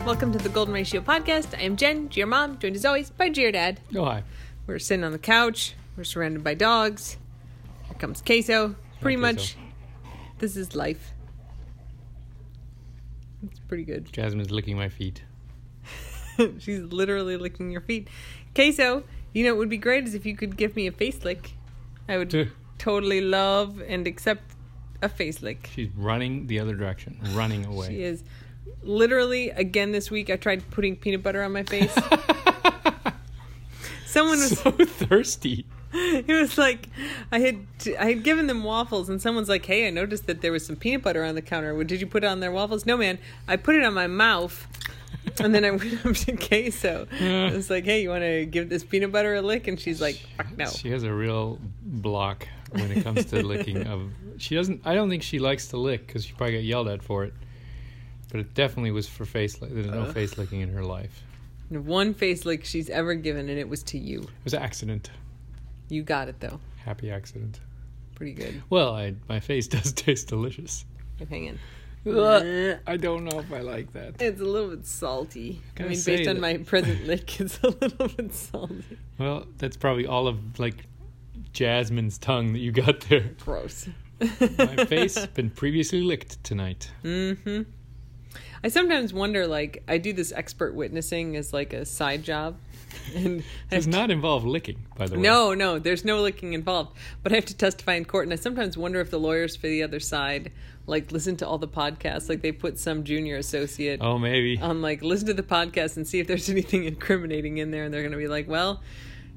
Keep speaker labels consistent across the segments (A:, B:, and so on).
A: Welcome to the Golden Ratio podcast. I am Jen, your mom, joined as always by your dad.
B: Oh, hi.
A: We're sitting on the couch. We're surrounded by dogs. Here comes queso. Pretty much,
B: queso.
A: this is life. It's pretty good.
B: Jasmine's licking my feet.
A: She's literally licking your feet. Queso, you know what would be great is if you could give me a face lick. I would totally love and accept a face lick.
B: She's running the other direction, running away.
A: She is literally again this week. I tried putting peanut butter on my face. Someone was
B: so thirsty.
A: it was like I had I had given them waffles and someone's like, "Hey, I noticed that there was some peanut butter on the counter. Well, Did you put it on their waffles?" No, man. I put it on my mouth. And then I went up to Queso. I was like, "Hey, you want to give this peanut butter a lick?" And she's like, "Fuck no."
B: She has a real block when it comes to licking of she doesn't I don't think she likes to lick cuz she probably got yelled at for it. But it definitely was for face lick. There's no face licking in her life.
A: One face lick she's ever given, and it was to you.
B: It was an accident.
A: You got it though.
B: Happy accident.
A: Pretty good.
B: Well, I my face does taste delicious.
A: I'm hanging.
B: Ugh, I don't know if I like that.
A: It's a little bit salty. I
B: Gotta
A: mean,
B: say
A: based on
B: that-
A: my present lick, it's a little bit salty.
B: Well, that's probably all of like Jasmine's tongue that you got there.
A: Gross.
B: My face has been previously licked tonight.
A: hmm I sometimes wonder, like, I do this expert witnessing as like a side job, and I have
B: Does
A: to-
B: not involve licking, by the way.
A: no, no, there's no licking involved. But I have to testify in court, and I sometimes wonder if the lawyers for the other side like listen to all the podcasts, like they put some junior associate.
B: Oh, maybe.
A: on like listen to the podcast and see if there's anything incriminating in there and they're gonna be like well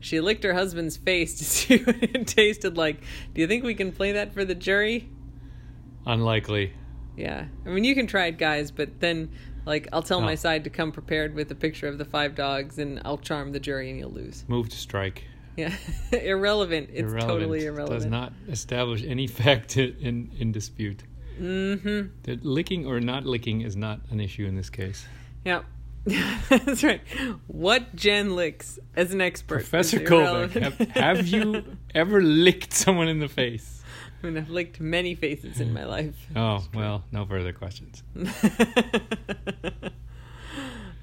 A: she licked her husband's face to see what it tasted like do you think we can play that for the jury
B: Unlikely.
A: yeah i mean you can try it guys but then like i'll tell
B: No.
A: my side to come prepared with a picture of the five dogs and i'll charm the jury and you'll lose
B: Move to strike.
A: yeah irrelevant it's
B: Irrelevant.
A: totally
B: Does
A: irrelevant
B: not establish any fact in, in dispute.
A: mm-hmm
B: That licking or not licking is not an issue in this case.
A: yeah that's right what jen licks as an expert is
B: Professor Kovac,
A: irrelevant.
B: have, have you ever licked someone in the face?
A: I mean, I've licked many faces in my life.
B: Oh, well, no further questions.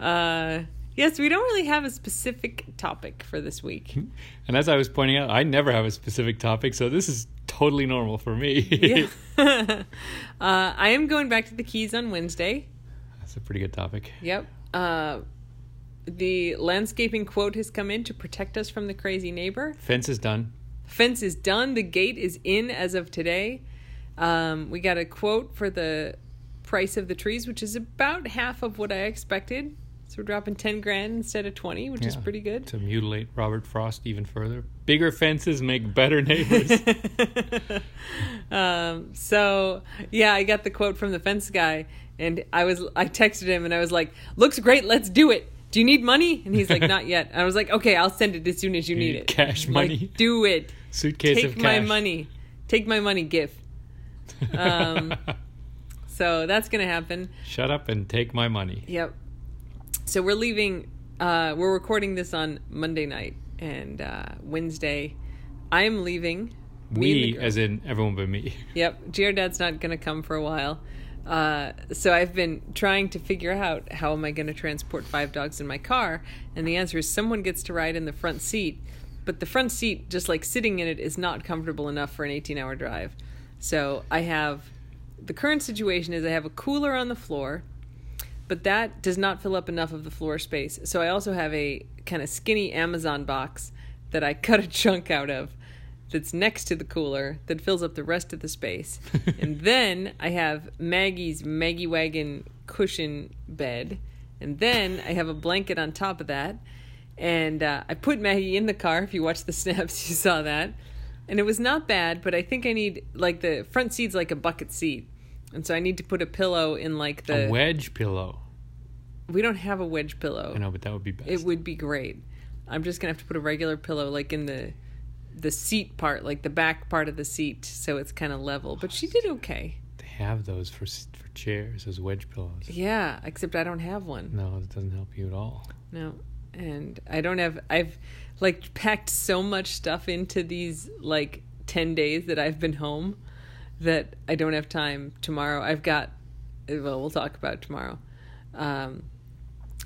A: uh, yes, we don't really have a specific topic for this week.
B: And as I was pointing out, I never have a specific topic, so this is totally normal for me.
A: Yeah. uh, I am going back to the keys on Wednesday.
B: That's a pretty good topic.
A: Yep. Uh, the landscaping quote has come in to protect us from the crazy neighbor.
B: Fence is done.
A: Fence is done. The gate is in as of today. Um, we got a quote for the price of the trees, which is about half of what I expected. So we're dropping ten grand instead of twenty, which is
B: Yeah.
A: pretty good.
B: to mutilate Robert Frost even further. Bigger fences make better neighbors.
A: um, so yeah, I got the quote from the fence guy, and I was I texted him and I was like, "Looks great, let's do it." Do you need money? And he's like, "Not yet." And I was like, "Okay, I'll send it as soon as you, need,
B: need
A: it."
B: cash
A: Like,
B: money?
A: do it.
B: Suitcase
A: Take
B: of
A: my
B: cash.
A: money. Take my money. GIF. um, So that's gonna happen.
B: Shut up and take my money.
A: Yep. So we're leaving. Uh, we're recording this on Monday night and uh, Wednesday. I'm leaving. Me and the
B: We,
A: girl-
B: as in everyone but me.
A: Yep, GR Dad's not going to come for a while. Uh, so I've been trying to figure out how am I going to transport five dogs in my car, and the answer is someone gets to ride in the front seat, but the front seat, just like sitting in it, is not comfortable enough for an 18-hour drive. So I have the current situation is I have a cooler on the floor, but that does not fill up enough of the floor space. So I also have a kind of skinny Amazon box that I cut a chunk out of that's next to the cooler that fills up the rest of the space. and then I have Maggie's Maggie Wagon cushion bed. And then I have a blanket on top of that. And uh, I put Maggie in the car. If you watched the snaps, you saw that. And it was not bad, but I think I need, like, the front seat's like a bucket seat. And so I need to put a pillow in, like, the.
B: A wedge pillow.
A: We don't have a wedge
B: I
A: pillow.
B: know, but that would be best.
A: It would be great. I'm just gonna have to put a regular pillow like in the the seat part, like the back part of the seat, so it's kind of level. But she did okay.
B: they have those for s- for chairs, those wedge pillows.
A: Yeah, except I don't have one.
B: No, it doesn't help you at all.
A: No, and I don't have. I've like packed so much stuff into these like ten days that I've been home that I don't have time tomorrow. I've got. Well, we'll talk about it tomorrow. Um,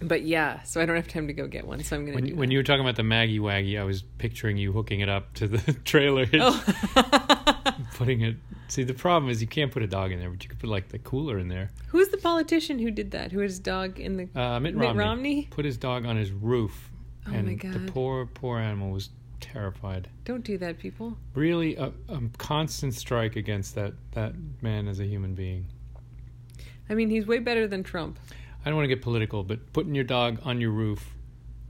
A: But yeah, so I don't have time to go get one, so I'm gonna. do
B: When, when you were talking about the Maggie Waggy, I was picturing you hooking it up to the trailer, and
A: Oh. that. Oh.
B: putting it. See, the problem is you can't put a dog in there, but you could put like the cooler in there.
A: Who's the politician who did that? Who had his dog in the?
B: Uh, Mitt,
A: Mitt
B: Romney,
A: Romney?
B: put his dog on his roof,
A: Oh my
B: and
A: God.
B: the poor, poor animal was terrified.
A: Don't do that, people.
B: Really, a, a constant strike against that that man as a human being.
A: I mean, he's way better than Trump.
B: I don't want to get political, but putting your dog on your roof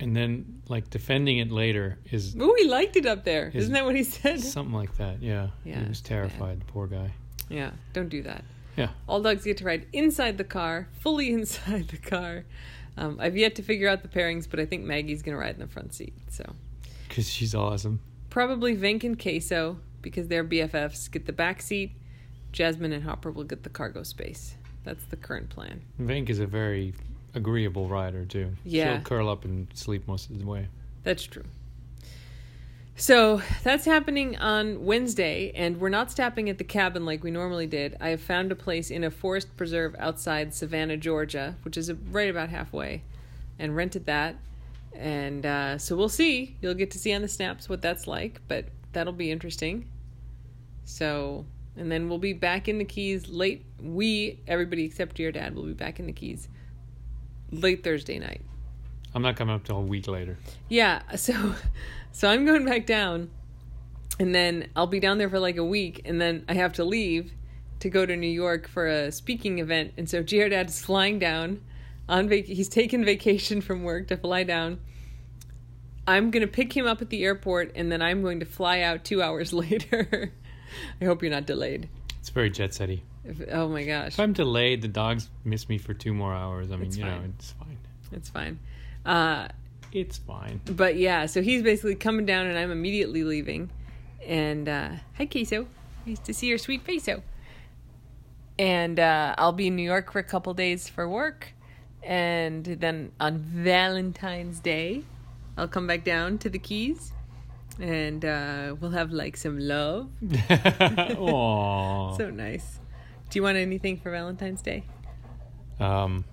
B: and then like defending it later is
A: Ooh, he liked it up there.
B: His-
A: Isn't that what he said?
B: something like that. Yeah,
A: Yeah,
B: he was terrified. The poor guy.
A: Yeah, don't do that.
B: Yeah.
A: All dogs get to ride inside the car, fully inside the car. Um, I've yet to figure out the pairings, but I think Maggie's going to ride in the front seat. So
B: Because she's awesome.
A: probably Vink and Queso, because they're BFFs, get the back seat. Jasmine and Hopper will get the cargo space. That's the current plan.
B: Vink is a very agreeable rider too.
A: Yeah.
B: She'll curl up and sleep most of the way.
A: That's true. So that's happening on Wednesday, and we're not stopping at the cabin like we normally did. I have found a place in a forest preserve outside Savannah, Georgia, which is uh, right about halfway, and rented that. And uh, so we'll see. You'll get to see on the snaps what that's like, but that'll be interesting. So, and then we'll be back in the Keys late. We, everybody except your dad, will be back in the Keys late Thursday night.
B: I'm not coming up till a week later.
A: Yeah, so so I'm going back down and then I'll be down there for like a week and then I have to leave to go to New York for a speaking event and so Giordad is flying down on vac- he's taken vacation from work to fly down. I'm going to pick him up at the airport and then I'm going to fly out 2 hours later. I hope you're not delayed.
B: It's very jet setty.
A: If, oh my gosh.
B: If I'm delayed, the dogs miss me for two more hours. I mean,
A: It's
B: you know,
A: fine.
B: it's fine.
A: It's fine. Uh
B: It's fine.
A: but yeah, so he's basically coming down, and I'm immediately leaving. And uh, hi, Queso. Nice to see your sweet face-o. And uh, I'll be in New York for a couple days for work, and then on Valentine's Day, I'll come back down to the Keys, and uh, we'll have like some love.
B: Aww.
A: So nice. Do you want anything for Valentine's Day?
B: um,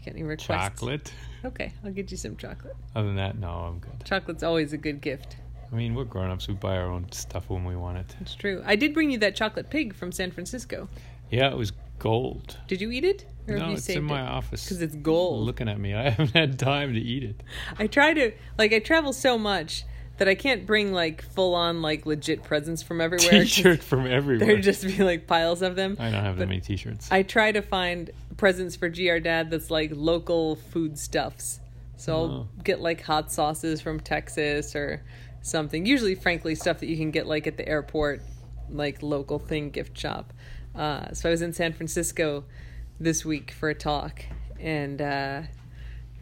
A: You got any requests?
B: chocolate.
A: Okay, I'll get you some chocolate.
B: Other than that, no, I'm good.
A: Chocolate's always a good gift.
B: I mean, we're grown ups. We buy our own stuff when we want it.
A: It's true. I did bring you that chocolate pig from San Francisco.
B: Yeah, it was gold.
A: Did you eat it? Or
B: no, it's in my
A: it?
B: office.
A: Because it's gold.
B: Looking at me, I haven't had time to eat it.
A: I try to like I travel so much that I can't bring like full on like legit presents from everywhere. 'cause
B: T-shirt from
A: There'd
B: everywhere.
A: just be like piles of them.
B: I don't have that
A: but-
B: many T-shirts.
A: I try to find presents for GR Dad that's like local foodstuffs. So
B: Oh.
A: I'll get like hot sauces from Texas or something. Usually, frankly, stuff that you can get like at the airport, like local thing gift shop. Uh, so I was in San Francisco this week for a talk, and uh,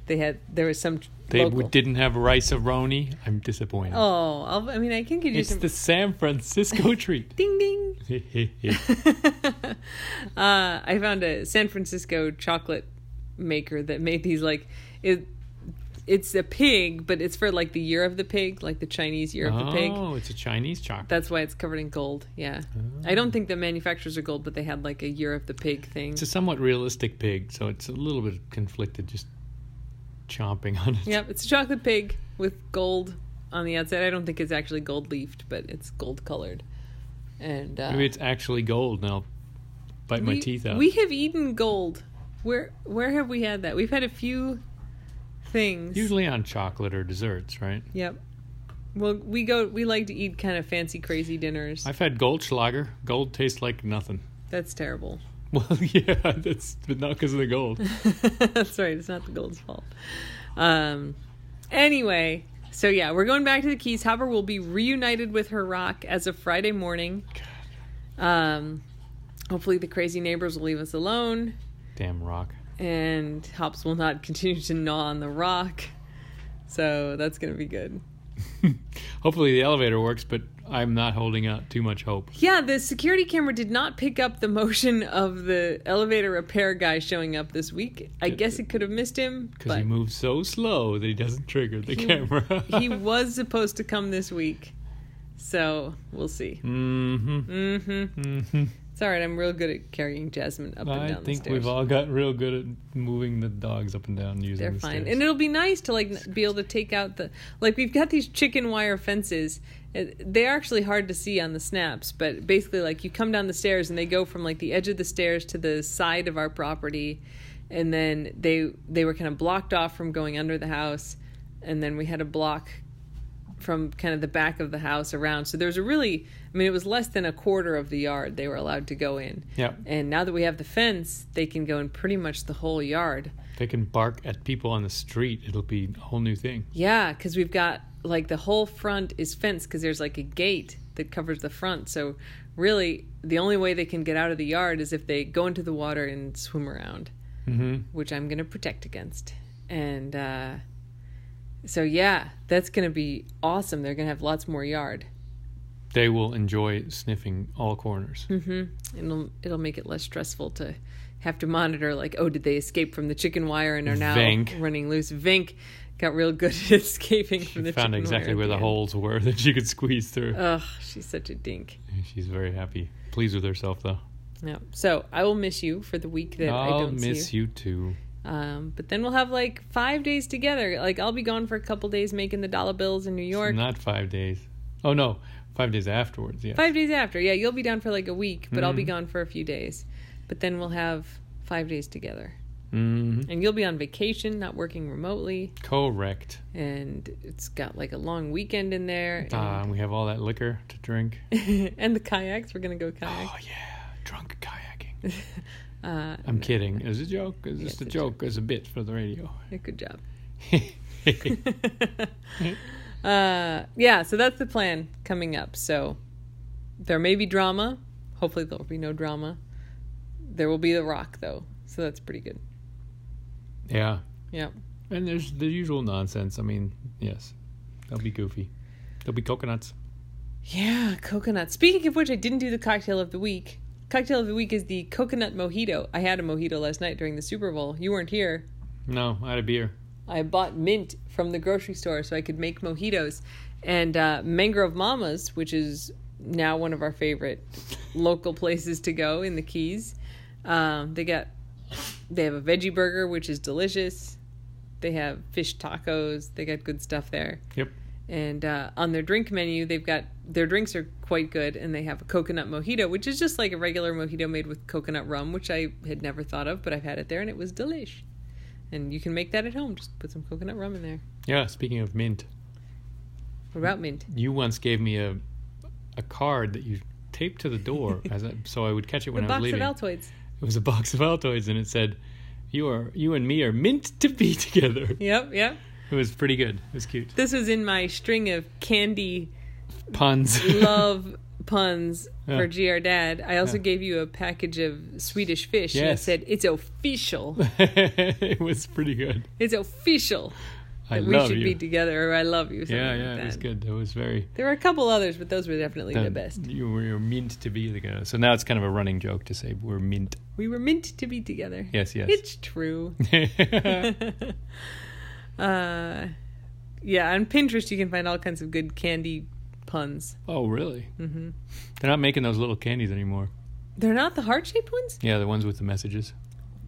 A: they had there was some
B: They
A: local.
B: w- didn't have rice aroni. I'm disappointed.
A: oh, I'll, I mean, I can give you
B: it's
A: some
B: the San Francisco treat.
A: ding ding.
B: That's
A: Uh, I found a San Francisco chocolate maker that made these like it. It's a pig, but it's for like the year of the pig, like the Chinese year of the pig.
B: Oh, it's a Chinese chocolate.
A: That's why it's covered in gold. Yeah, I don't think the manufacturers are gold, but they had like a year of the pig thing.
B: It's a somewhat realistic pig, so it's a little bit conflicted. Just chomping on it.
A: Yep, it's a chocolate pig with gold on the outside. I don't think it's actually gold leafed, but it's gold colored. And uh,
B: Maybe it's actually gold, and I'll bite my
A: we-
B: teeth out.
A: We have eaten gold. Where where have we had that? We've had a few things.
B: Usually on chocolate or desserts, right?
A: Yep. Well, we go. We like to eat kind of fancy, crazy dinners.
B: I've had Goldschlager. Gold tastes like nothing.
A: That's terrible.
B: Well, yeah, that's but not because of the gold.
A: That's right. It's not the gold's fault. Um. Anyway, so yeah, we're going back to the Keys. Hopper will be reunited with her rock as of Friday morning. Um. Hopefully, the crazy neighbors will leave us alone,
B: Damn rock.
A: and Hops will not continue to gnaw on the rock. So that's gonna be good.
B: Hopefully the elevator works, but I'm not holding out too much hope.
A: Yeah, the security camera did not pick up the motion of the elevator repair guy showing up this week. I guess it could have missed him,
B: Because
A: but
B: he moves so slow that he doesn't trigger the
A: He-
B: camera.
A: he was supposed to come this week. So we'll see.
B: mm-hmm.
A: hmm
B: Mm-hmm.
A: It's all right. I'm real good at carrying Jasmine up and
B: I
A: down the
B: think
A: stairs.
B: we've all got real good at moving the dogs up and down using
A: They're
B: the
A: fine,
B: stairs.
A: and it'll be nice to like n- be able to take out the like we've got these chicken wire fences. Uh, They are actually hard to see on the snaps, but basically, like you come down the stairs and they go from like the edge of the stairs to the side of our property, and then they they were kind of blocked off from going under the house, and then we had a block from kind of the back of the house around. So there's a really, I mean, it was less than a quarter of the yard they were allowed to go in.
B: yeah,
A: And now that we have the fence, they can go in pretty much the whole yard.
B: they can bark at people on the street. It'll be a whole new thing.
A: Yeah, because we've got like the whole front is fenced because there's like a gate that covers the front. So really, the only way they can get out of the yard is if they go into the water and swim around,
B: Mm-hmm.
A: which I'm going to protect against. And uh, so, yeah, that's going to be awesome. They're going to have lots more yard.
B: They will enjoy sniffing all corners.
A: Mm-hmm. And it'll, it'll make it less stressful to have to monitor, like, oh, did they escape from the chicken wire and are now
B: Vink.
A: running loose? Vink got real good at escaping
B: She
A: from the
B: found
A: chicken
B: exactly
A: wire.
B: where the holes were that she could squeeze through.
A: Ugh, she's such a dink.
B: She's very happy, pleased with herself though.
A: Yeah. So I will miss you for the week that I
B: I'll
A: don't
B: miss
A: see
B: you. too.
A: you. Um, but then we'll have like five days together. Like I'll be gone for a couple days making the dollar bills in New York.
B: Not five days. Oh no, five days afterwards. Yeah.
A: Five days after, yeah, you'll be down for like a week, but I'll be
B: Mhm.
A: gone for a few days. But then we'll have five days together,
B: hmm
A: and you'll be on vacation, not working remotely,
B: Correct.
A: and it's got like a long weekend in there,
B: Ah, and we have all that liquor to drink.
A: and, and the kayaks. We're gonna go kayak.
B: Oh yeah, drunk kayaking. Oh,
A: Uh,
B: I'm kidding. It's a joke. It's just
A: it's
B: a
A: a joke.
B: joke. It's a bit for the radio.
A: good job. uh, yeah, so that's the plan coming up. So there may be drama. Hopefully, there will be no drama. There will be The Rock, though. So that's pretty good.
B: yeah.
A: Yeah.
B: And there's the usual nonsense. I mean, yes, they'll be goofy. There'll be coconuts.
A: Yeah, coconut. Speaking of which, I didn't do the cocktail of the week. Cocktail of the week is the coconut mojito. I had a mojito last night during the Super Bowl. You weren't here.
B: No, I had a beer.
A: I bought mint from the grocery store so I could make mojitos. And uh, Mangrove Mama's, which is now one of our favorite local places to go in the Keys, um, they got they have a veggie burger which is delicious. They have fish tacos. They got good stuff there.
B: Yep.
A: And uh, on their drink menu, they've got their drinks are quite good, and they have a coconut mojito, which is just like a regular mojito made with coconut rum, which I had never thought of, but I've had it there and it was delish. And you can make that at home. Just put some coconut rum in there.
B: Yeah. Speaking of mint,
A: What about mint?
B: you once gave me a a card that you taped to the door as I, so I would catch it when
A: the
B: I
A: box of
B: was leaving.
A: Altoids.
B: it was a box of Altoids, and it said, "You are you and me are meant to be together."
A: Yep, yep.
B: It was pretty good. It was cute.
A: This was in my string of candy
B: Puns.
A: love puns
B: Yeah.
A: for GR Dad. I also
B: Yeah.
A: gave you a package of Swedish fish, and it
B: Yes.
A: said, "It's official.
B: it was pretty good.
A: It's official
B: I
A: that we
B: love
A: should
B: you.
A: be together." Or I love you. something
B: yeah,
A: like
B: yeah, it was
A: that.
B: good. It was very
A: There were a couple others, but those were definitely the
B: that
A: best.
B: You were you're meant to be together. So now it's kind of a running joke to say we're mint.
A: We were meant to be together.
B: Yes, yes.
A: It's true. uh, yeah, on Pinterest you can find all kinds of good candy puns.
B: oh, really?
A: hmm
B: They're not making those little candies anymore.
A: They're not the heart shaped ones,
B: Yeah, the ones with the messages.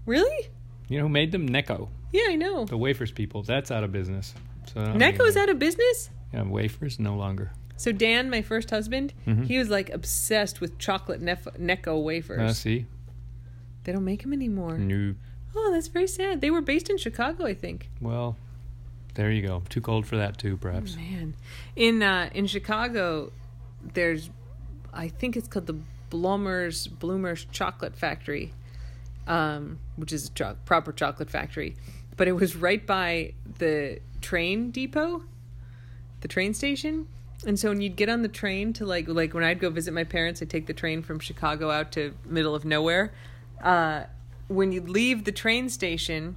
A: really?
B: You know who made them? Necco,
A: Yeah, I know.
B: the wafers people. That's out of business. So they're not making
A: Necco's
B: them.
A: out of business.
B: Yeah, wafers no longer.
A: So Dan, my first husband,
B: Mhm.
A: he was like obsessed with chocolate nef- Necco wafers.
B: Uh, see,
A: They don't make them anymore.
B: new.
A: Oh, that's very sad. They were based in Chicago, I think.
B: Well, there you go. Too cold for that too, perhaps.
A: Oh, Man, in uh, in Chicago, there's, I think it's called the Bloomers Bloomers Chocolate Factory, um, which is a cho- proper chocolate factory, but it was right by the train depot, the train station. And so when you'd get on the train to like like when I'd go visit my parents, I'd take the train from Chicago out to middle of nowhere. Uh, when you'd leave the train station,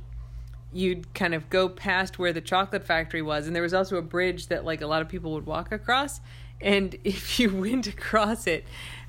A: you'd kind of go past where the chocolate factory was and there was also a bridge that like a lot of people would walk across and if you went across it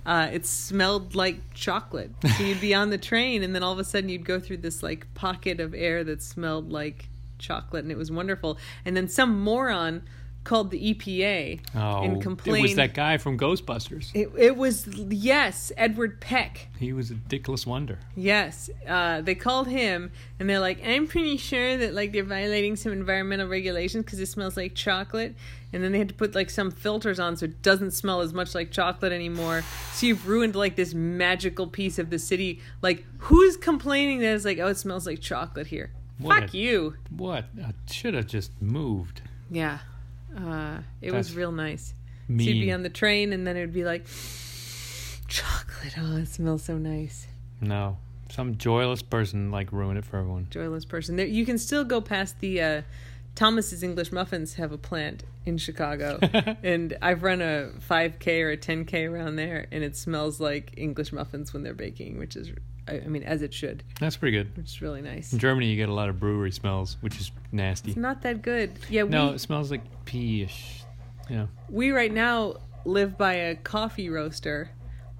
A: uh, it smelled like chocolate so you'd be on the train and then all of a sudden you'd go through this like pocket of air that smelled like chocolate and it was wonderful and then some moron called the EPA
B: Oh,
A: and
B: it
A: complained.
B: was that guy from Ghostbusters.
A: It, it was yes, Edward Peck.
B: He was a dickless wonder.
A: Yes, uh, they called him, and they're like, "I'm pretty sure that like they're violating some environmental regulations because it smells like chocolate." And then they had to put like some filters on so it doesn't smell as much like chocolate anymore. So you've ruined like this magical piece of the city. Like, who's complaining that it's like, oh, it smells like chocolate here?
B: What
A: Fuck
B: a-
A: you.
B: What? I should have just moved.
A: Yeah, uh, it was
B: That's
A: real nice.
B: Mean.
A: So you'd be on the train, and then it would be like, chocolate. Oh, it smells so nice.
B: No, some joyless person like ruined it for everyone.
A: Joyless person. There, you can still go past the. Uh, Thomas's English Muffins have a plant in Chicago, and I've run a 5K or a 10K around there, and it smells like English muffins when they're baking, which is, I, I mean, as it should,
B: That's pretty good.
A: which is really nice.
B: In Germany, you get a lot of brewery smells, which is nasty.
A: It's not that good. Yeah, we,
B: No, it smells like pee-ish. Yeah.
A: we right now live by a coffee roaster.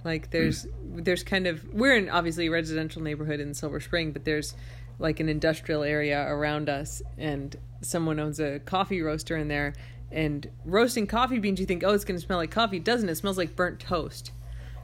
A: Like there's there's kind of we're in obviously a residential neighborhood in Silver Spring, but there's like an industrial area around us and someone owns a coffee roaster in there and roasting coffee beans you think oh it's going to smell like coffee It doesn't it smells like burnt toast.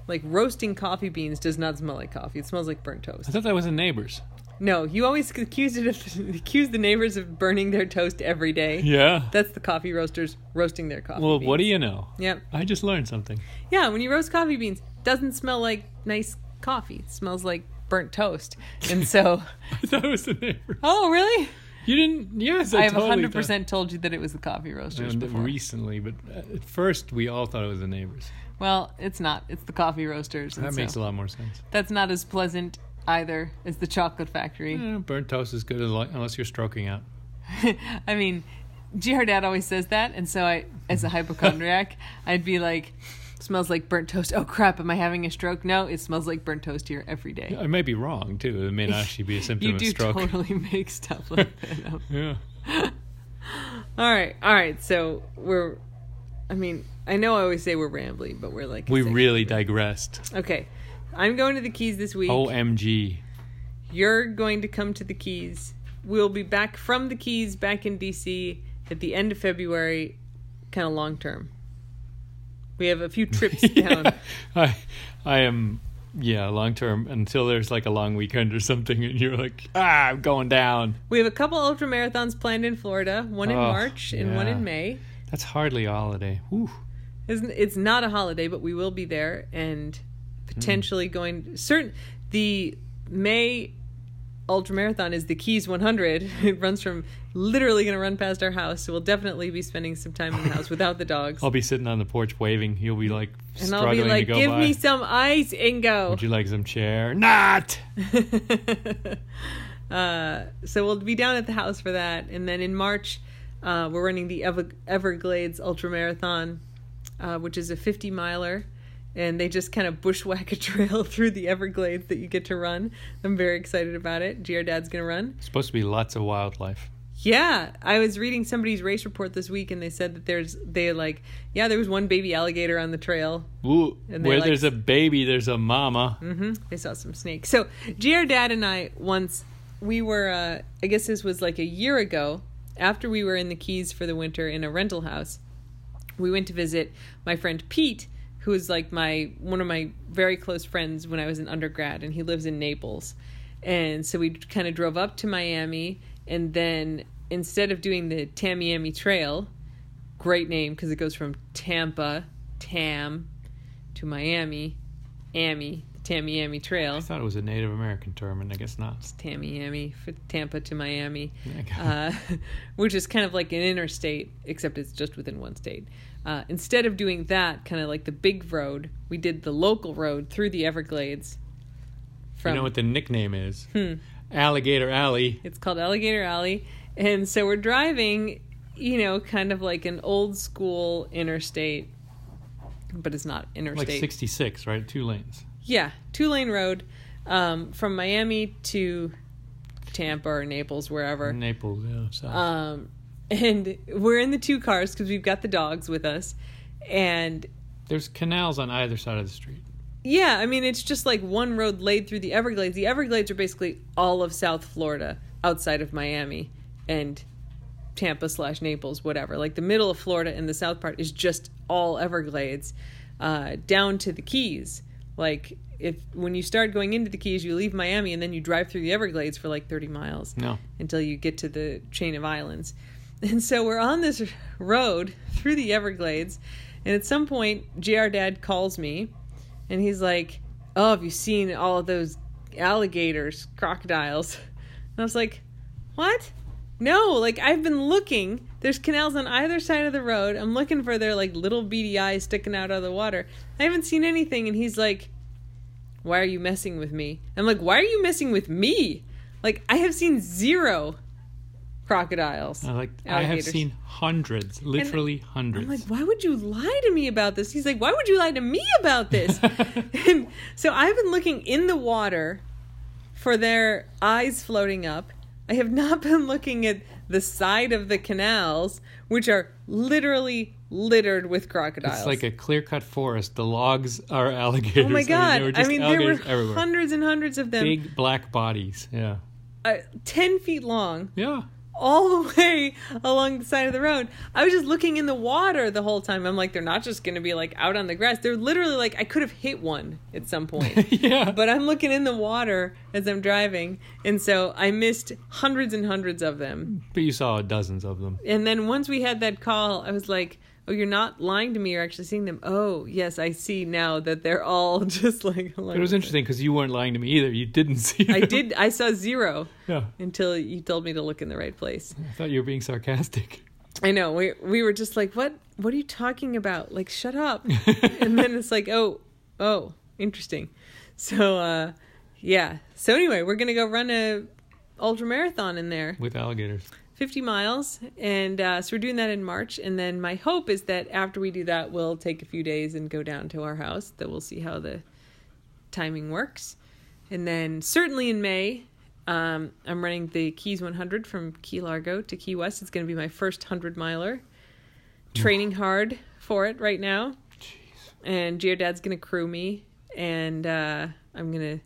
A: Like roasting coffee beans does not smell like coffee. It smells like burnt
B: I
A: toast.
B: thought that was the neighbors.
A: No, you always accuse it of accuse the neighbors of burning their toast every day.
B: Yeah.
A: That's the coffee roasters roasting their coffee.
B: Well,
A: beans.
B: what do you know?
A: Yep.
B: I just learned something.
A: Yeah, when you roast coffee beans, doesn't smell like nice coffee. It smells like burnt toast. And so,
B: I thought it was the neighbors.
A: oh really?
B: You didn't? Yes, I,
A: I have
B: totally
A: hundred percent told you that it was the coffee roasters
B: thought-
A: before.
B: Recently, but uh, at first we all thought it was the neighbors.
A: well, it's not. It's the coffee roasters.
B: That
A: and
B: makes
A: so
B: a lot more sense.
A: that's not as pleasant either as the chocolate factory.
B: Eh, burnt toast is good as lo- unless you're stroking out.
A: I mean, Dad always says that, and so I, as a hypochondriac, I'd be like, "Smells like burnt toast." Oh crap! Am I having a stroke? No, it smells like burnt toast here every day.
B: I may be wrong too. It may not actually be a symptom
A: you
B: of
A: do
B: stroke.
A: totally make stuff like that up.
B: Yeah.
A: All right, all right. So we're, I mean, I know I always say we're rambling, but we're like
B: We
A: it's like-
B: really digressed.
A: okay. I'm going to the keys this week.
B: Oh. OMG.
A: You're going to come to the keys. We'll be back from the keys back in DC at the end of February, kind of long term. We have a few trips down.
B: I, I am, yeah, long term until there's like a long weekend or something, and you're like, ah, I'm going down.
A: We have a couple ultra marathons planned in Florida, one in
B: Oh,
A: March and one
B: yeah.
A: in May.
B: That's hardly a holiday. Whew.
A: It's, it's not a holiday, but we will be there and potentially going. Certain the May ultra marathon is the Keys 100. It runs from literally going to run past our house, so we'll definitely be spending some time in the house without the dogs.
B: I'll be sitting on the porch waving. You'll be like
A: and I'll
B: struggling
A: be like,
B: to go
A: "Give
B: by.
A: me some ice, Ingo."
B: Would you like some chair? Not.
A: uh, so we'll be down at the house for that, and then in March, uh, we're running the Ever- Everglades Ultra Marathon, uh, which is a 50 miler, and they just kind of bushwhack a trail through the Everglades that you get to run. I'm very excited about it. Gr Dad's gonna run.
B: Supposed to be lots of wildlife.
A: Yeah, I was reading somebody's race report this week, and they said that there's they like yeah there was one baby alligator on the trail.
B: Ooh,
A: And they
B: where
A: like- Mm.
B: there's a baby, there's a mama.
A: They saw some snakes. So GR Dad and I once we were uh, I guess this was like a year ago, after we were in the Keys for the winter in a rental house, we went to visit my friend Pete, who is like my one of my very close friends when I was an undergrad and he lives in Naples. And so we kind of drove up to Miami and then instead of doing the Tamiami Trail, great name because it goes from Tampa, Tam to Miami, Ami, Tamiami Trail.
B: I thought it was a Native American term, and I guess
A: Uh,
B: not.
A: Tamiami for Tampa to Miami,
B: Okay.
A: uh, which is kind of like an interstate, except it's just within one state. Uh, instead of doing that, kind of like the big road, we did the local road through the Everglades. From Hmm.
B: You know what the nickname is? Alligator Alley.
A: it's called Alligator Alley, and so we're driving, you know, kind of like an old school interstate, but it's not
B: Like
A: interstate.
B: 66, right? Two lanes.
A: Yeah, two lane road um, from Miami to Tampa or Naples, wherever.
B: Naples, yeah. So.
A: Um, and we're in the two cars because we've got the dogs with us. And
B: There's canals on either side of the street.
A: yeah, I mean, it's just like one road laid through the Everglades. The Everglades are basically all of South Florida outside of Miami. And Tampa slash Naples, whatever. Like the middle of Florida and the south part is just all Everglades, uh, down to the Keys. Like if when you start going into the Keys, you leave Miami and then you drive through the Everglades for like 30 miles
B: No.
A: until you get to the chain of islands. And so we're on this road through the Everglades, and at some point, JR Dad calls me, and he's like, "Oh, have you seen all of those alligators, crocodiles?" And I was like, "What? No! Like I've been looking. There's canals on either side of the road. I'm looking for their like little beady eyes sticking out of the water. I haven't seen anything." And he's like, why are you messing with me? I'm like, why are you messing with me? Like, I have seen zero crocodiles.
B: I like. I have
A: Alligators.
B: seen hundreds, literally hundreds.
A: I'm like, why would you lie to me about this? He's like, why would you lie to me about this? and so I've been looking in the water for their eyes floating up. I have not been looking at the side of the canals, which are literally littered with crocodiles.
B: It's like a clear cut forest. The logs are alligators.
A: oh my god! I
B: I mean, there were, just
A: mean, there were
B: alligators everywhere.
A: hundreds and hundreds of them,
B: Big black bodies. Yeah.
A: uh, ten feet long.
B: Yeah.
A: all the way along the side of the road. I was just looking in the water the whole time. I'm like, they're not just going to be like out on the grass. They're literally like, I could have hit one at some point.
B: yeah.
A: but I'm looking in the water as I'm driving. And so I missed hundreds and hundreds of them.
B: But you saw dozens of them.
A: And then once we had that call, I was like, oh, you're not lying to me. You're actually seeing them. Oh, yes, I see now that they're all just like.
B: But it was interesting because you weren't lying to me either. You didn't see.
A: I
B: them.
A: did. I saw zero
B: Yeah.
A: until you told me to look in the right place.
B: I thought you were being sarcastic.
A: I know. We we were just like, what what are you talking about? Like, shut up. and then it's like, oh, oh, interesting. So uh yeah. So anyway, we're gonna go run a ultra marathon in there.
B: With alligators.
A: 50 miles and uh, so we're doing that in march and then my hope is that after we do that we'll take a few days and go down to our house that we'll see how the timing works and then certainly in may um, i'm running the keys 100 from key largo to key west it's going to be my first 100 miler training hard for it right now
B: Jeez.
A: and Geodad's gonna crew me, and uh, I'm gonna.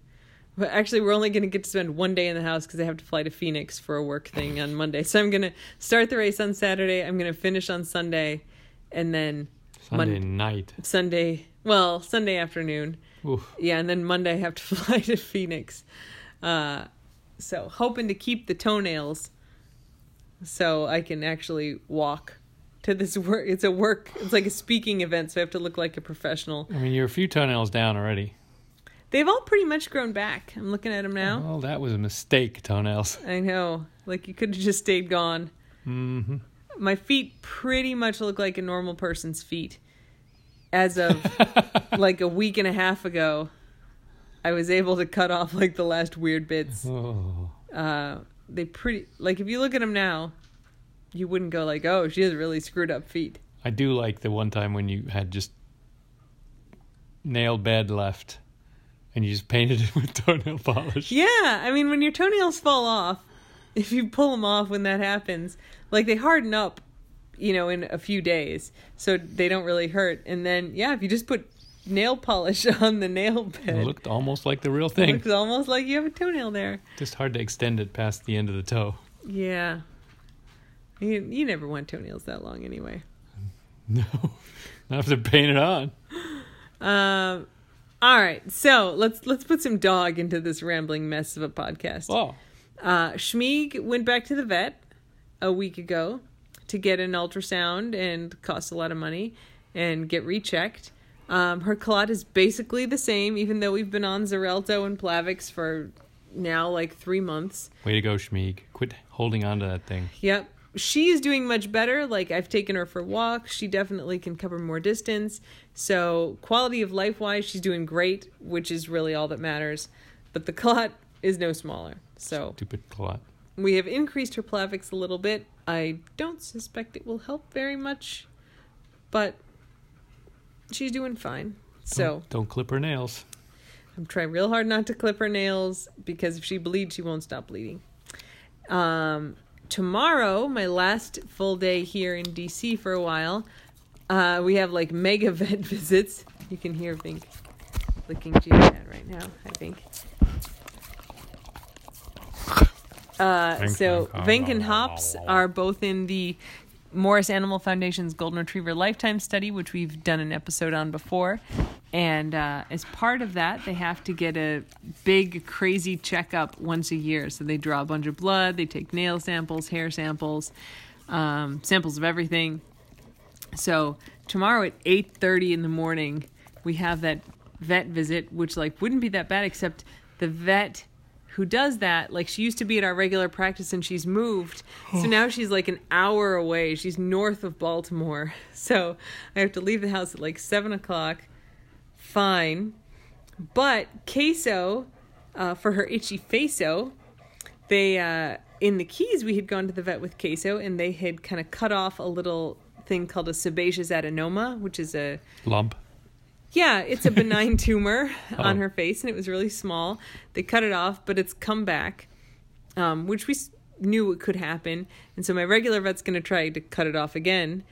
A: Well, actually, we're only gonna get to spend one day in the house because I have to fly to Phoenix for a work thing on Monday. So I'm gonna start the race on Saturday. I'm gonna finish on Sunday, and then
B: Sunday
A: Mon-
B: night.
A: Sunday. Well, Sunday afternoon.
B: Oof.
A: Yeah, and then Monday I have to fly to Phoenix. Uh, so hoping to keep the toenails so I can actually walk to this work. It's a work. It's like a speaking event, so I have to look like a professional.
B: I mean, you're a few toenails down already.
A: They've all pretty much grown back. I'm looking at them now.
B: Well, that was a mistake, toenails.
A: I know. Like you could have just stayed gone.
B: Mm-hmm.
A: My feet pretty much look like a normal person's feet. As of like a week and a half ago, I was able to cut off like the last weird bits.
B: Oh.
A: Uh, they pretty like if you look at them now, you wouldn't go like, "Oh, she has really screwed up feet."
B: I do like the one time when you had just nail bed left and you just painted it with toenail polish.
A: Yeah, I mean, when your toenails fall off, if you pull them off when that happens, like they harden up, you know, in a few days, so they don't really hurt. And then, yeah, if you just put nail polish on the nail
B: It
A: bed,
B: looked almost like the real
A: it
B: thing.
A: looks almost like you have a toenail there.
B: Just hard to extend it past the end of the toe.
A: Yeah, you you never want toenails that long anyway.
B: No. Not if they're painted on.
A: Um, all right, so let's let's put some dog into this rambling mess of a podcast.
B: Oh.
A: Uh, Schmieg went back to the vet a week ago to get an ultrasound and cost a lot of money and get rechecked. Um, her clot is basically the same, even though we've been on Xarelto and Plavix for now like three months.
B: Way to go, Schmeeg. Quit holding on to that thing.
A: Yep. She is doing much better. Like, I've taken her for walks. She definitely can cover more distance. So, quality of life wise, she's doing great, which is really all that matters. But the clot is no smaller. So,
B: Stupid clot.
A: we have increased her plavix a little bit. I don't suspect it will help very much, but she's doing fine. So
B: Don't, don't clip her nails.
A: I'm trying real hard not to clip her nails because if she bleeds, she won't stop bleeding. Um, tomorrow, my last full day here in DC for a while, uh, we have like mega vet visits. You can hear Vink licking Geocat right now, I think. Uh,
B: Vank,
A: so
B: vank, ah,
A: Vank
B: ah,
A: and
B: ah,
A: Hops
B: ah, ah.
A: are both in the Morris Animal Foundation's Golden Retriever Lifetime Study, which we've done an episode on before. And uh, as part of that, they have to get a big, crazy checkup once a year. So they draw a bunch of blood, they take nail samples, hair samples, um, samples of everything. So tomorrow at eight thirty in the morning, we have that vet visit, which like wouldn't be that bad, except the vet who does that, like she used to be at our regular practice and she's moved. So now she's like an hour away. She's north of Baltimore. So I have to leave the house at like seven o'clock. Fine. But queso, uh, for her itchy faceo, they uh, in the keys we had gone to the vet with queso and they had kind of cut off a little thing called a sebaceous adenoma, which is a
B: Lump.
A: yeah, it's a benign tumor on
B: Oh.
A: her face, and it was really small. They cut it off, but it's come back, um, which we s- knew it could happen. And so my regular vet's going to try to cut it off again.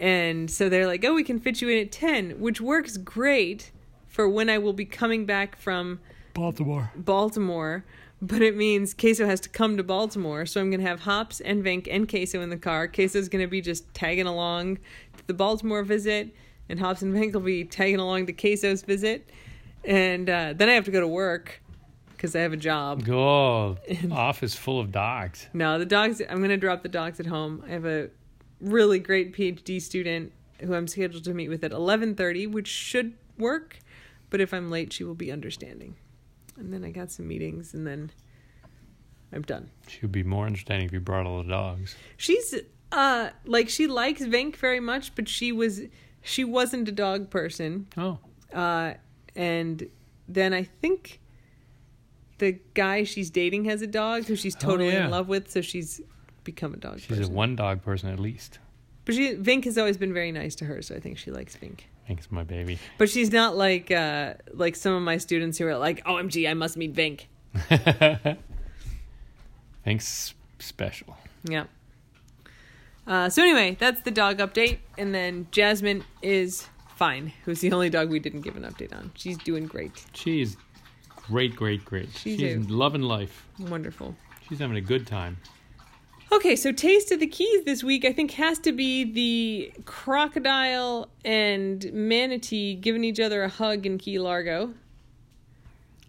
A: And so they're like, oh, we can fit you in at 10, which works great for when I will be coming back from
B: Baltimore.
A: Baltimore, but it means Queso has to come to Baltimore. So I'm going to have Hops and Vink and Queso in the car. Queso's going to be just tagging along to the Baltimore visit, and Hops and Vink will be tagging along to Queso's visit. And uh, then I have to go to work because I have a job.
B: Oh, office full of dogs.
A: No, the dogs, I'm going to drop the dogs at home. I have a really great PhD student who I'm scheduled to meet with at 11:30, which should work, but if I'm late, she will be understanding. And then I got some meetings and then I'm done.
B: She would be more understanding if you brought all the dogs.
A: She's uh like she likes Vink very much, but she was she wasn't a dog person.
B: Oh,
A: Uh and then I think the guy she's dating has a dog who she's
B: Oh,
A: totally
B: yeah.
A: in love with, so she's become a dog
B: she's
A: person.
B: a one dog person at least.
A: But she Vink has always been very nice to her, so I think she likes Vink.
B: Thanks, my baby.
A: But she's not like uh like some of my students who are like, OMG, I must meet Vink.
B: Thanks, special.
A: Yeah. Uh, so anyway, that's the dog update, and then Jasmine is fine. Who's the only dog we didn't give an update on? She's doing great,
B: She's great, great, great.
A: She's
B: She's,
A: a-
B: loving life.
A: wonderful.
B: She's having a good time.
A: Okay, so taste of the keys this week I think has to be the crocodile and manatee giving each other a hug in Key Largo.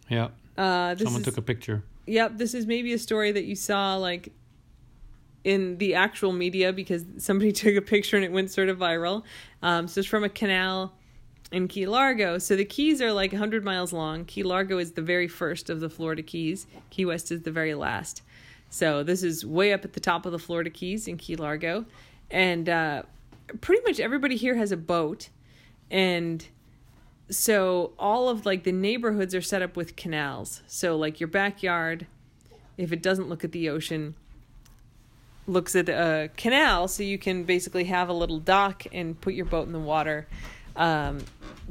B: Yeah.
A: Uh, this
B: Someone
A: is,
B: took a picture.
A: Yep, this is maybe a story that you saw like in the actual media because somebody took a picture and it went sort of viral. Um, so it's from a canal in Key Largo. So the Keys are like 100 miles long. Key Largo is the very first of the Florida Keys, Key West is the very last. So this is way up at the top of the Florida Keys in Key Largo. And uh, pretty much everybody here has a boat. And so all of like the neighborhoods are set up with canals so like your backyard if it doesn't look at the ocean looks at a canal so you can basically have a little dock and put your boat in the water um,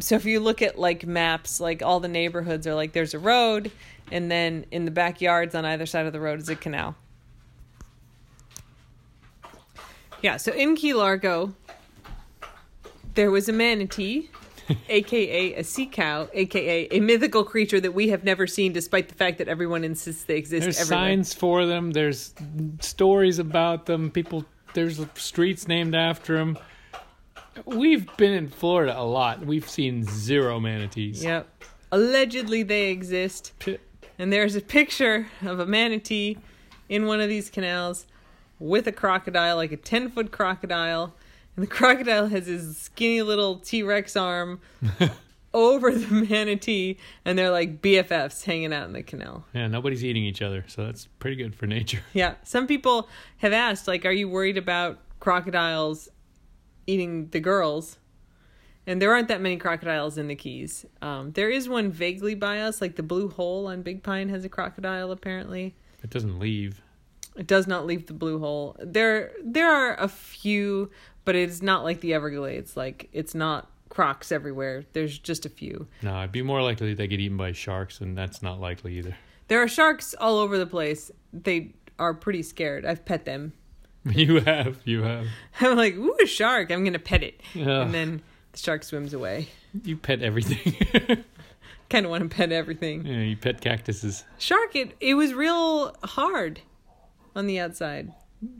A: so if you look at like maps like all the neighborhoods are like there's a road and then in the backyards on either side of the road is a canal yeah so in key largo there was a manatee aka a sea cow, aka a mythical creature that we have never seen, despite the fact that everyone insists they exist
B: There's
A: everywhere.
B: signs for them. There's stories about them. People. There's streets named after them. We've been in Florida a lot. We've seen zero manatees.
A: Yep. Allegedly they exist,
B: P-
A: and there's a picture of a manatee in one of these canals with a crocodile, like a ten foot crocodile, and the crocodile has his skinny little T Rex arm. Over the manatee, and they're like BFFs hanging out in the canal.
B: Yeah, nobody's eating each other, so that's pretty good for nature.
A: Yeah. Some people have asked, like, are you worried about crocodiles eating the girls? And there aren't that many crocodiles in the Keys. Um, there is one vaguely by us, like the Blue Hole on Big Pine has a crocodile, apparently.
B: It doesn't leave.
A: It does not leave the Blue Hole. There, there are a few, but it's not like the Everglades. Like, it's not crocs everywhere. There's just a few.
B: No, it'd be more likely they get eaten by sharks, and that's not likely either.
A: There are sharks all over the place. They are pretty scared. I've pet them.
B: You have, you have.
A: I'm like, ooh, a shark. I'm going to pet it.
B: Yeah.
A: And then the shark swims away.
B: You pet everything.
A: Kind of want to pet everything.
B: yeah, you pet cactuses.
A: Shark, it, it was real hard. on the outside.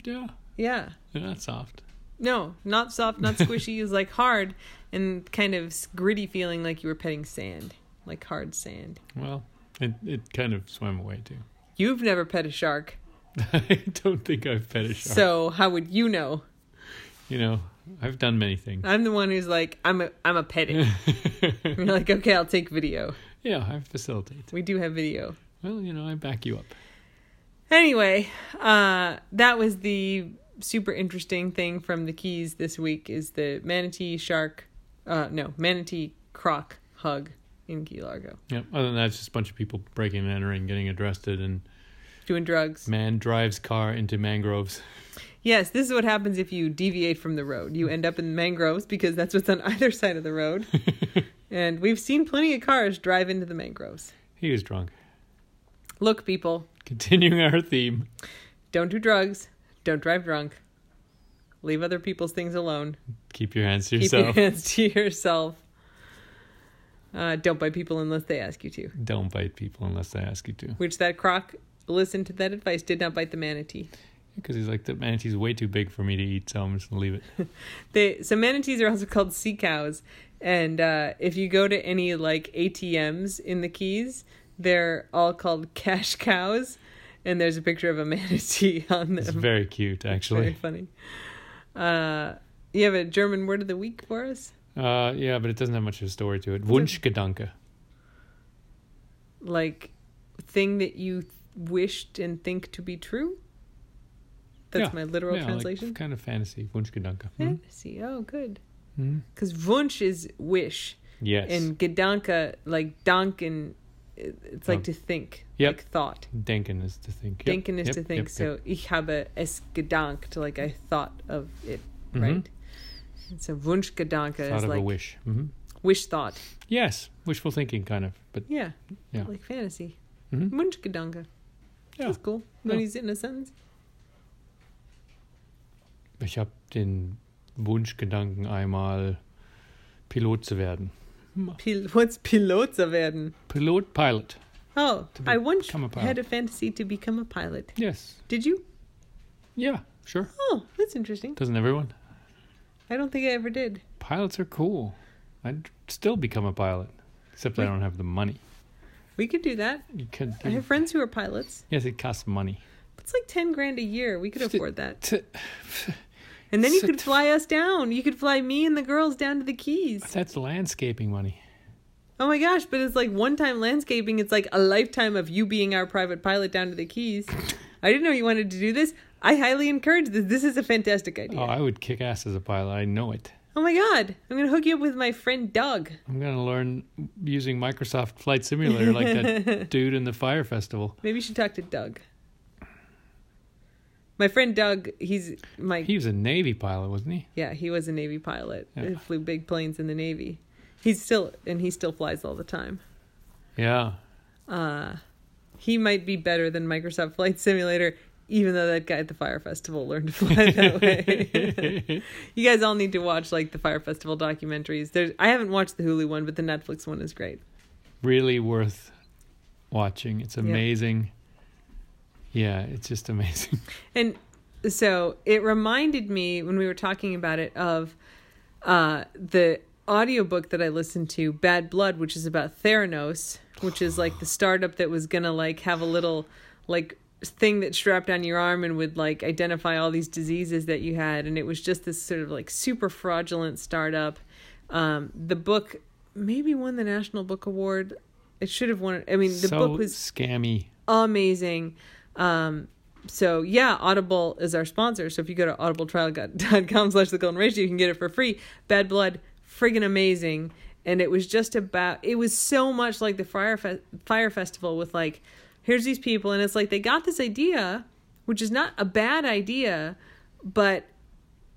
B: Yeah,
A: Yeah.
B: they're not soft.
A: No, not soft, not squishy. It was like hard and kind of s- gritty feeling like you were petting sand, like hard sand.
B: Well, it it kind of swam away too.
A: You've never pet a shark,
B: I don't think I've pet a shark.
A: so how would you know?
B: you know, I've done many things.
A: I'm the one who's like, I'm a, I'm a petting. You're like, okay, I'll take video.
B: yeah, I facilitate.
A: We do have video.
B: Well, you know, I back you up.
A: Anyway, uh, that was the super interesting thing from the Keys this week is the manatee shark, uh, no manatee croc hug in Key Largo,
B: Yeah. Other than that, it's just a bunch of people breaking and entering, getting arrested, and
A: doing drugs.
B: man drives car into mangroves.
A: Yes, this is what happens if you deviate from the road. You end up in mangroves because that's what's on either side of the road. and we've seen plenty of cars drive into the mangroves.
B: He was drunk.
A: Look, people,
B: Continuing our theme,
A: don't do drugs, don't drive drunk, leave other people's things alone,
B: keep your hands to
A: keep
B: yourself.
A: your hands to yourself. Uh, don't bite people unless they ask you to.
B: Don't bite people unless they ask you to.
A: Which that croc listened to that advice, did not bite the manatee.
B: Because he's like, the manatee's way too big for me to eat, so I'm just gonna leave it.
A: They so manatees are also called sea cows, and uh, if you go to any like ATMs in the Keys, they're all called cash cows, and there's a picture of a manatee on
B: It's
A: them.
B: very cute,
A: Very
B: actually.
A: funny. Uh, you have a German word of the week for us,
B: Uh, yeah, but it doesn't have much of a story to it. Wunschgedanke.
A: like thing that you wished and think to be true. That's
B: Yeah.
A: my literal
B: yeah,
A: translation.
B: Like kind of fantasy. Wunschgedanke. Hmm?
A: Fantasy. Oh, good.
B: Hmm?
A: Because Wunsch is wish.
B: Yes.
A: And Gedanke, like Danken, it- it's like
B: Um,
A: to think,
B: yep.
A: like thought.
B: Denken is to think. Yep,
A: Denken is
B: yep,
A: to
B: yep,
A: think.
B: yep.
A: so ich habe es gedankt, like I thought of it,
B: Mhm.
A: right? And so Wunschgedanke
B: Thought
A: is
B: of
A: like
B: a wish. hmm
A: wish thought.
B: Yes, wishful thinking, kind of. But
A: Yeah.
B: Yeah.
A: Like fantasy.
B: Mhm.
A: Wunschgedanke.
B: Yeah.
A: That's cool. When
B: Yeah.
A: he's in a sentence.
B: ich habe den Wunschgedanken, einmal Pilot zu werden.
A: Pil- what's Pilot zu werden?
B: Pilot, pilot.
A: Oh,
B: To be-
A: I once
B: become a pilot.
A: had a fantasy to become a pilot.
B: Yes.
A: Did you?
B: Yeah, sure.
A: Oh, that's interesting.
B: Doesn't everyone?
A: I don't think I ever did.
B: Pilots are cool. I'd still become a pilot, except I
A: Wait.
B: don't have the money.
A: We could do that.
B: You could.
A: I have friends who are pilots.
B: Yes, it costs money.
A: It's like ten grand a year. We could
B: Fifty-
A: afford that. And then you could
B: Sit.
A: fly us down. You could fly me and the girls down to the Keys.
B: That's landscaping money.
A: Oh my gosh! But it's like one-time landscaping. It's like a lifetime of you being our private pilot down to the Keys. I didn't know you wanted to do this. I highly encourage this. This is a fantastic idea.
B: Oh, I would kick ass as a pilot. I know it.
A: oh my god! I'm gonna hook you up with my friend Doug.
B: I'm gonna learn using Microsoft Flight Simulator like that dude in the Fire Festival.
A: Maybe you should talk to Doug. My friend Doug. He's my
B: He was a Navy pilot, wasn't he?
A: Yeah, he was a Navy pilot.
B: Yeah.
A: He flew big planes in the Navy. He's still and he still flies all the time.
B: Yeah.
A: Uh he might be better than Microsoft Flight Simulator, even though that guy at the Fire Festival learned to fly that way. you guys all need to watch like the Fire Festival documentaries. There's I haven't watched the Hulu one, but the Netflix one is great.
B: really worth watching. It's amazing. Yeah, it's just amazing.
A: And so it reminded me when we were talking about it of uh, the audiobook that I listened to, Bad Blood, which is about Theranos, which is like the startup that was gonna like have a little like thing that strapped on your arm and would like identify all these diseases that you had and it was just this sort of like super fraudulent startup. Um, the book maybe won the National Book Award. It should have won it. I mean the
B: so
A: book was
B: scammy.
A: amazing. Um, so yeah, Audible is our sponsor. So if you go to audibletrial.com slash the golden ratio, you can get it for free. Bad Blood, friggin' amazing. And it was just about, it was so much like the Fire, Fe- Fire Festival with like, here's these people. And it's like, they got this idea, which is not a bad idea, but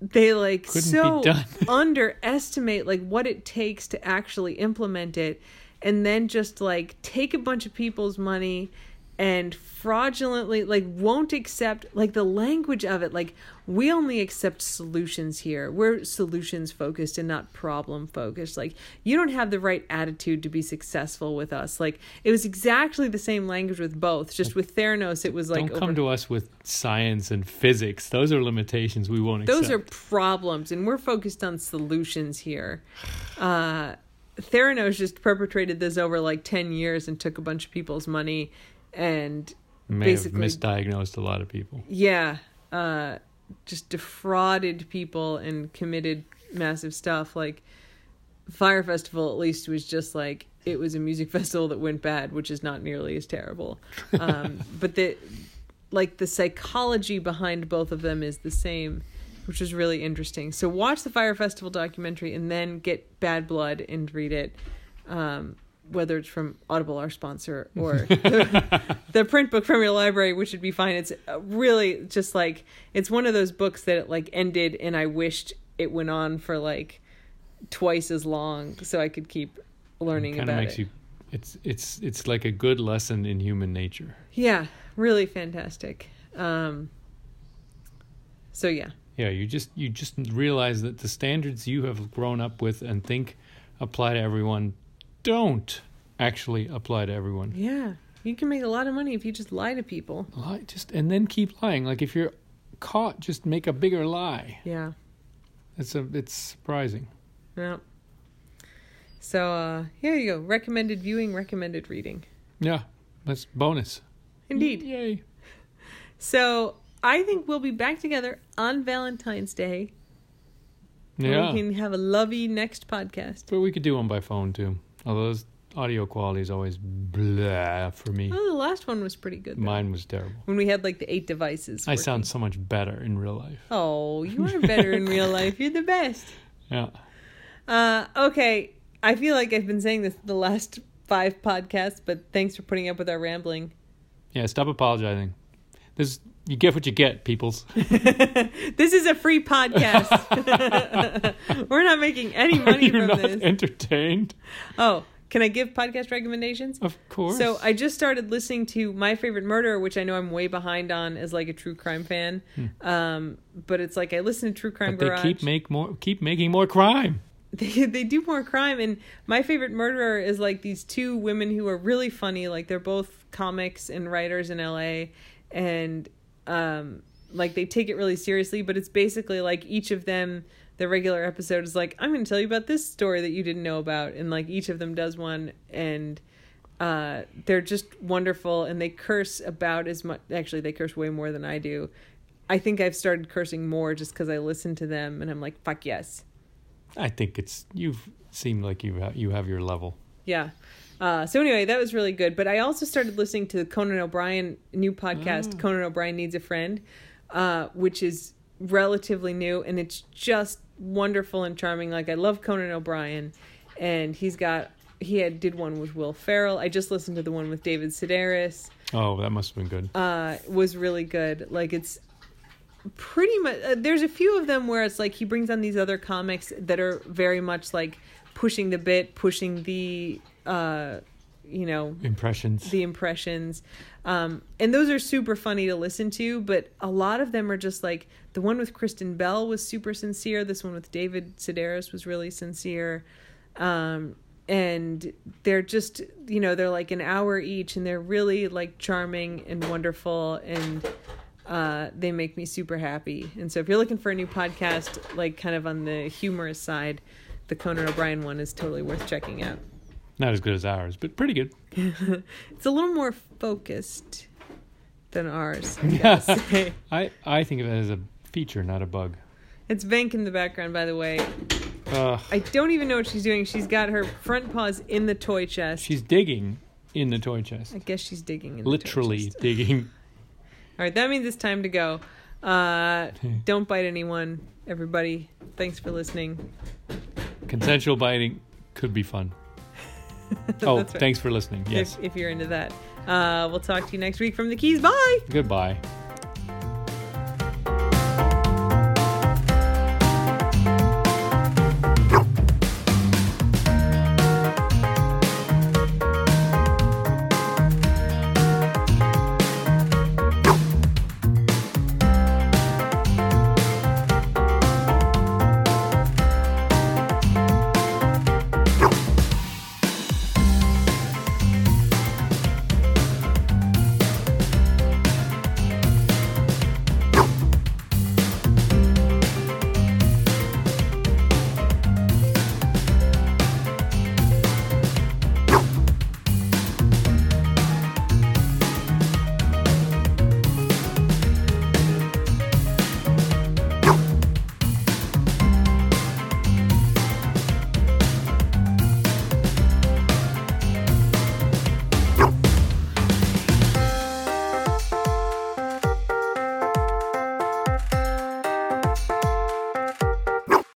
A: they like
B: Couldn't be
A: so
B: done.
A: underestimate like what it takes to actually implement it and then just like take a bunch of people's money and fraudulently like won't accept like the language of it like we only accept solutions here we're solutions focused and not problem focused like you don't have the right attitude to be successful with us like it was exactly the same language with both just with theranos it was like
B: Don't come to us with science and physics. Those are limitations we won't
A: those are
B: accept.
A: problems and we're focused on solutions here uh theranos just perpetrated this over like 10 years and took a bunch of people's money and
B: may have
A: basically-
B: misdiagnosed a lot of people.
A: yeah uh just defrauded people and committed massive stuff like fire festival at least was just like it was a music festival that went bad which is not nearly as terrible um but the like the psychology behind both of them is the same which is really interesting so watch the fire festival documentary and then get bad blood and read it um whether it's from Audible, our sponsor, or the print book from your library, which would be fine. It's uh, really just like it's one of those books that it like ended, and I wished it went on for like twice as long so I could keep learning
B: Kind of
A: about
B: makes
A: it.
B: you. It's it's it's like a good lesson in human nature.
A: Yeah, really fantastic. Um, so yeah,
B: Yeah, you just you just realize that the standards you have grown up with and think apply to everyone don't actually apply to everyone.
A: yeah, you can make a lot of money if you just lie to people.
B: Lie, just and then keep lying. Like if you're caught, just make a bigger lie.
A: Yeah,
B: It's a it's surprising.
A: yeah. So uh, here you go. Recommended viewing, recommended reading.
B: Yeah, that's bonus.
A: Indeed.
B: Yay.
A: So I think we'll be back together on Valentine's Day. and
B: Yeah,
A: We can have a lovey next podcast.
B: but we could do one by phone too. Although this audio quality is always blah for me.
A: Oh, the last one was pretty good. though.
B: Mine was terrible.
A: When we had like the eight devices.
B: I
A: working.
B: sound so much better in real life.
A: Oh, you are better in real life. You're the best.
B: Yeah.
A: Uh, okay. I feel like I've been saying this the last five podcasts, but thanks for putting up with our rambling.
B: Yeah, stop apologizing. There's you get what you get, peoples.
A: this is a free podcast. We're not making any money from
B: You're not
A: this.
B: entertained.
A: Oh, can I give podcast recommendations?
B: Of course.
A: So I just started listening to My Favorite Murder, which I know I'm way behind on as like a true crime fan. Um, but it's like I listen to True Crime
B: Hmm. but they
A: Garage.
B: keep make more keep making more crime.
A: they, they do more crime, and My Favorite Murderer is like these two women who are really funny. Like they're both comics and writers in L.A. and um, like they take it really seriously. But it's basically like each of them. The regular episode is like, I'm going to tell you about this story that you didn't know about. And like each of them does one. And uh, they're just wonderful and they curse about as much actually they curse way more than i do i think i've started cursing more just because i listen to them and i'm like fuck yes
B: I think it's you've seemed like you have, you have your level.
A: yeah uh, so anyway that was really good but i also started listening to the conan o'brien new podcast conan o'brien needs a friend uh, which is relatively new and it's just wonderful and charming like i love conan o'brien and he's got he had did one with will farrell i just listened to the one with david sedaris
B: Oh, that must have been good.
A: uh, was really good. Like it's pretty much uh, there's a few of them where it's like he brings on these other comics that are very much like pushing the bit, pushing the uh, you know
B: Impressions.
A: the impressions, um, and those are super funny to listen to. But a lot of them are just like the one with Kristen Bell was super sincere. This one with David Sedaris was really sincere. Um, and they're just you know they're like an hour each and they're really like charming and wonderful and uh, they make me super happy and so if you're looking for a new podcast like kind of on the humorous side the conan o'brien one is totally worth checking out
B: Not as good as ours, but pretty good.
A: it's a little more focused than ours. I gotta say.
B: I I think of it as a feature, not a bug.
A: It's Vank in the background, by the way.
B: Ugh.
A: I don't even know what she's doing. She's got her front paws in the toy chest.
B: she's digging in the toy chest.
A: I guess she's digging in the toy
B: Literally
A: chest.
B: digging.
A: All right, that means it's time to go. Uh, don't bite anyone, everybody. Thanks for listening.
B: Consensual biting could be fun. Oh,
A: That's right.
B: thanks for listening. Yes.
A: If, if you're into that, uh, we'll talk to you next week from the Keys. Bye.
B: Goodbye.